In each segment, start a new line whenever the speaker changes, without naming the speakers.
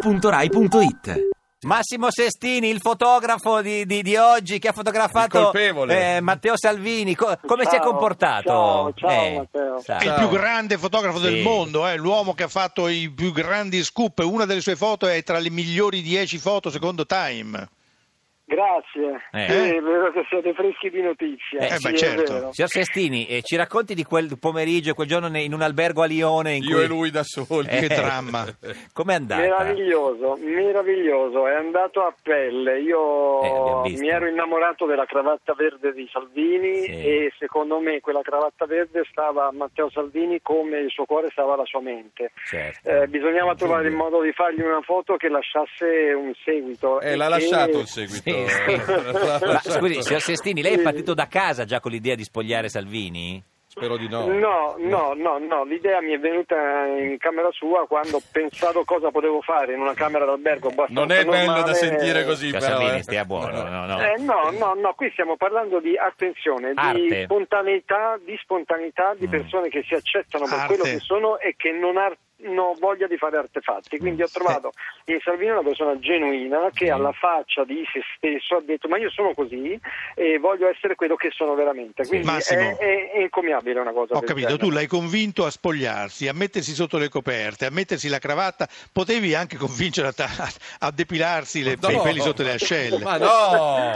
radio2pod.rai.it
Massimo Sestini, il fotografo di, di- di oggi che ha
Il
fotografato
colpevole.
eh, Matteo Salvini, Co- come si è
Ciao,
comportato?
ciao, ciao,
Eh,
Matteo.
sa-
Ah,
È il
ciao.
più grande fotografo
Sì.
del mondo, eh, l'uomo che ha fatto i più grandi scoop. e Una delle sue foto è tra le migliori 10 foto secondo Time.
Grazie,
Eh.
Sì, è vero che siete freschi di notizie.
Eh,
beh,
sì, è
certo.
vero.
Signor Sestini, eh, ci racconti di quel pomeriggio, quel giorno ne- in un albergo a Lione? In
Io
cui... Eh.
e lui da soli.
Che dramma.
Com'è andata?
Meraviglioso, meraviglioso, è andato a pelle.
Eh, abbiamo
Io
visto.
mi ero innamorato della cravatta verde di Salvini
Sì.
e secondo me quella cravatta verde stava a Matteo Salvini come il suo cuore stava alla sua mente.
Certo.
Eh, bisognava trovare il modo di fargli una foto che lasciasse un seguito.
Eh,
E-
l'ha lasciato il seguito.
Sì, sì.
L'ha
Ah,
Ma,
certo.
lasciato.
scusi, signor Sestini, lei è
Sì.
partito da casa già con l'idea di spogliare Salvini?
Spero di no.
No, no, no, no, l'idea mi è venuta in camera sua quando pensavo cosa potevo fare in una camera d'albergo abbastanza
Non è bello da
normale.
sentire così,
Signor
però.
Cioè, Salvini,
eh.
stia buono. No, no.
Eh, no, no, no, qui stiamo parlando di attenzione,
Arte.
di spontaneità, di spontaneità di
Mm.
persone che si accettano per
Arte.
quello che sono e che non ar- hanno voglia di fare artefatti. Quindi
Mm,
ho trovato in Salvini una persona genuina che alla faccia di se stesso ha detto ma io sono così e voglio essere quello che sono veramente. Quindi
Massimo.
è, è- è encomiabile una cosa
Ho
del
capito,
genere.
tu l'hai convinto a spogliarsi, a mettersi sotto le coperte, a mettersi la cravatta. Potevi anche convincere a, ta- a depilarsi le-
No.
i peli sotto le ascelle.
Ma Ah,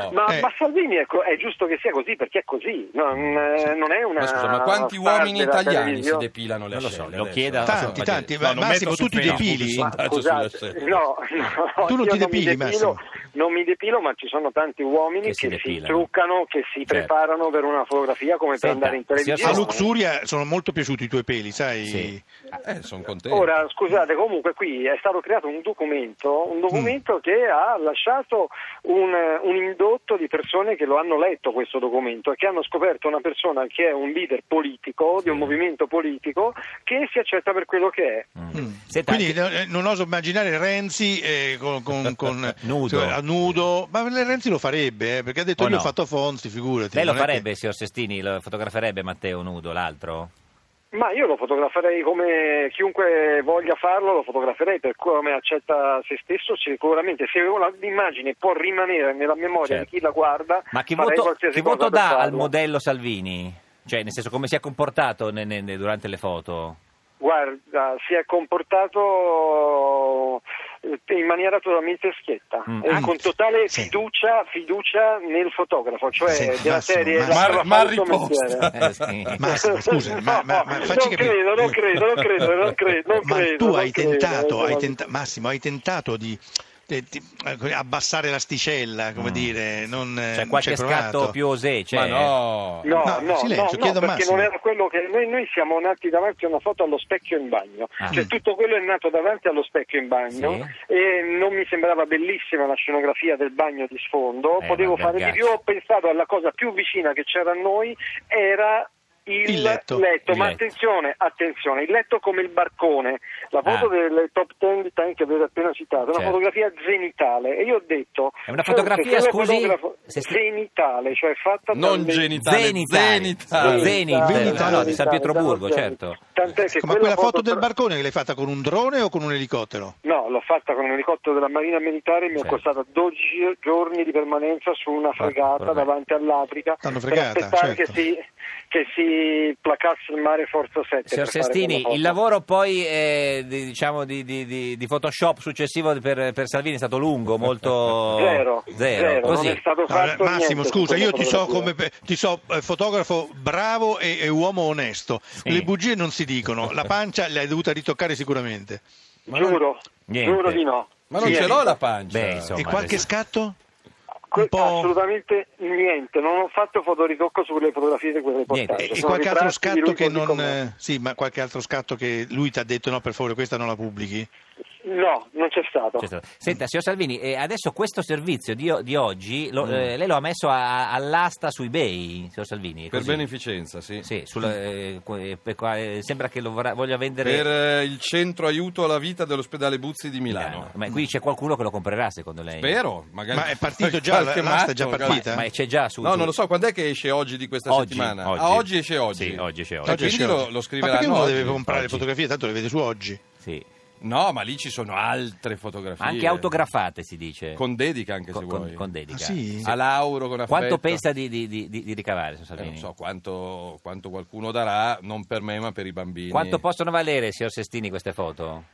no!
Ma,
Eh.
ma Salvini è, co- è giusto che sia così perché è così, non, eh, non è una.
Ma scusa, ma quanti
star
uomini
della
italiani si
televisione.
depilano le
Non lo so,
ascelle?
lo
adesso?
chieda-
Tanti,
No,
tanti.
no, non
Massimo,
metto su
tu ti
Facebook,
depili?
su- sondaggio
Scusate,
sulle ascelle.
no, no,
Tu non
io
ti
non mi
depili, Massimo?
depilo, non mi depilo, ma ci sono tanti uomini
Che
che
si
si,
depilano.
truccano, che si
Certo.
preparano per una fotografia come
Senta,
per andare in
signor
A
televisione.
Sestini-
Luxuria sono molto piaciuti i tuoi peli, sai?
Sì.
Eh, sono contento.
Ora, scusate, comunque qui è stato creato un documento, un
Mm.
documento che ha lasciato un, un indotto di persone che lo hanno letto questo documento e che hanno scoperto una persona che è un leader politico, di un movimento politico, che si accetta per quello che è.
Mm.
Senta,
Quindi
anche-
no- eh, non oso immaginare Renzi eh, con, con- con-
Nudo.
cioè, a nudo, ma le- Renzi lo farebbe eh, perché ha detto
O
io
no?
ho fatto Fonzi, figurati.
Lei lo
non è che-
farebbe, signor Sestini? Lo fotograferebbe Matteo Nudo, l'altro?
Ma io lo fotograferei come chiunque voglia farlo, lo fotograferei per come accetta se stesso, sicuramente se una- l'immagine può rimanere nella memoria
Certo.
di chi la guarda,
Ma che
farei
voto,
qualsiasi
che
cosa
voto
per
dà
farlo.
al modello Salvini? Cioè, nel senso, come si è comportato ne- ne- ne- durante le foto?
Guarda, si è comportato eh, in maniera totalmente schietta,
Mm,
eh,
ah,
con totale
sì.
fiducia, fiducia nel fotografo, cioè
Sì,
della
Massimo,
serie
Massimo.
"Lascialo
Ma- ma
fare il suo
riposta.
mestiere".
Eh, sì.
Massimo, scusa, ma, ma- ma
No,
facci
non
capire-
credo, non credo, non credo, non credo, non
Ma
credo,
tu
non
hai
credo,
tentato,
non-
hai tenta- Massimo, hai tentato di eh, ti- eh, abbassare l'asticella, come
Mm.
dire, non eh,
C'è
non
qualche
ci hai provato.
scatto più osé? Cioè,
Ma no!
No,
No,
no, no,
silenzio,
no,
chiedo a
perché
Massimo.
non era quello che noi, noi siamo nati davanti a una foto allo specchio in bagno,
Ah.
cioè tutto quello è nato davanti allo specchio in bagno
Sì.
e non mi sembrava bellissima la scenografia del bagno di sfondo,
Eh,
potevo
ma
fare di
ragazzi.
più, ho pensato alla cosa più vicina che c'era a noi era il,
Il letto.
Il
ma
letto.
attenzione, attenzione, il letto come il barcone, la foto
Ah.
del top 10 di Time che avete appena citato, una
Certo.
fotografia zenitale e io ho detto
È una
forse
fotografia,
se lo
scusi,
fotografo-
se sti-
zenitale, cioè fatta
Non
dalle-
genitale,
Zenitale.
zenitale.
Zenit, eh,
Zenitale.
no, no, di San Pietroburgo,
Zenitale.
certo.
Tant'è che
Ecco, ma quella foto del
tra-
barcone che l'hai fatta con un drone o con un elicottero?
No, l'ho fatta con un elicottero della Marina Militare, mi
Certo.
è costata 12 giorni di permanenza su una
Porca
fregata
porca.
davanti all'Africa
T'hanno
per
fregata,
aspettare che,
certo.
si, che si placasse il mare Forza 7.
Signor
per fare
Sestini,
quella foto.
il lavoro poi eh, di, diciamo di, di- di- di Photoshop successivo per, per Salvini è stato lungo, molto...
Zero,
Zero,
zero,
così.
non è stato
No,
fatto niente
Massimo,
su
scusa,
quella
io ti so
fotografia.
come pe- ti so eh, fotografo bravo e, e uomo onesto.
Sì.
Le bugie non si dicono, la pancia l'hai dovuta ritoccare sicuramente.
Giuro,
Niente.
giuro di no.
Ma non
Niente.
ce l'ho la pancia.
Beh, insomma.
e qualche
adesso-
scatto?
Que-
Un po'-
Assolutamente niente, non ho fatto fotoritocco sulle fotografie di quel reportage.
Niente.
E
Eh, Sono
qualche altro
ritratti di
scatto
lui
che
così
non
com'è.
eh, sì, ma qualche altro scatto che lui ti ha detto no, per favore, questa non la pubblichi.
No, non c'è
Certo.
stato.
C'è stato. Certo. Senta, signor Salvini, eh, adesso questo servizio di, o- di oggi lo-
Mm.
eh, lei lo ha messo a- all'asta su eBay, signor Salvini? è
Per
così?
beneficenza, sì.
Sì, sul- eh, qu- eh, per qua- eh, sembra che lo vorrà- voglia vendere
Per eh, il centro aiuto alla vita dell'ospedale Buzzi di
Milano.
Milano. Mm.
Ma qui c'è qualcuno che lo comprerà, secondo lei?
Spero, magari.
Ma è partito già,
qualche
l'asta è già
matto,
partita?
Ma c'è già su...
No,
su-
non lo so, quando è che esce oggi di questa
Oggi,
settimana?
oggi.
Ah, oggi esce oggi.
Sì, oggi esce
E
oggi.
esce
quindi lo, lo
oggi. Ma perché
scriveranno
uno
oggi.
deve comprare le
Oggi.
fotografie, tanto le vede su oggi.
Sì.
No, ma lì ci sono altre fotografie.
Anche autografate si dice.
eh. Con dedica anche se
Con- con-
vuoi.
con dedica.
Ah, sì?
A Lauro con affetto.
Quanto pensa di, di- di- di- di ricavare, signor
Eh,
Salvini?
non so quanto, quanto qualcuno darà, non per me ma per i bambini.
Quanto possono valere, signor Sestini, queste foto?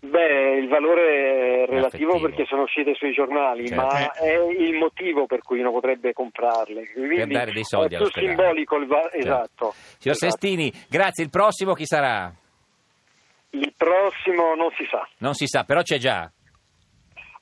Beh, il valore è relativo
Affettivo.
perché sono uscite sui giornali,
Certo.
ma
Eh.
è il motivo per cui uno potrebbe comprarle. Quindi
Per dare dei soldi
è più
all'ospedale.
simbolico il va-
Certo.
esatto.
Signor
esatto.
Sestini, grazie. Il prossimo chi sarà?
Il prossimo non si sa.
Non si sa, però c'è già.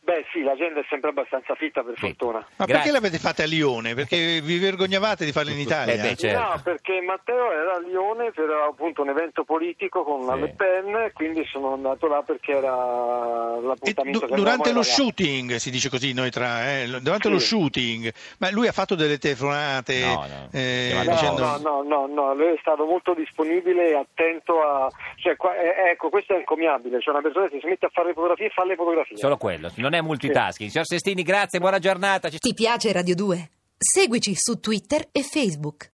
Beh, sì, l'agenda è sempre abbastanza fitta per
Sì.
fortuna.
Ma
Grazie.
perché l'avete fatta a Lione? Perché vi vergognavate di farla in Italia?
beh, certo.
No, perché Matteo era a Lione per appunto un evento politico con la
Sì.
Le Pen, quindi sono andato là perché era
E
l'appuntamento
Eh, du-
che avevamo
durante lo
alla-
shooting, si dice così noi tra, eh, lo- durante
Sì.
lo shooting, ma lui ha fatto delle telefonate
No, no.
eh,
Chiamate
No,
dicendo
no, no, no, no, lui è stato molto disponibile e attento a... Cioè, qua- eh, ecco, questo è encomiabile, cioè una persona che si mette a fare le fotografie fa le fotografie.
Solo quello, non è multitasking. Signor Sestini, grazie, buona giornata. Ci-
Ti piace Radio 2? Seguici su Twitter e Facebook.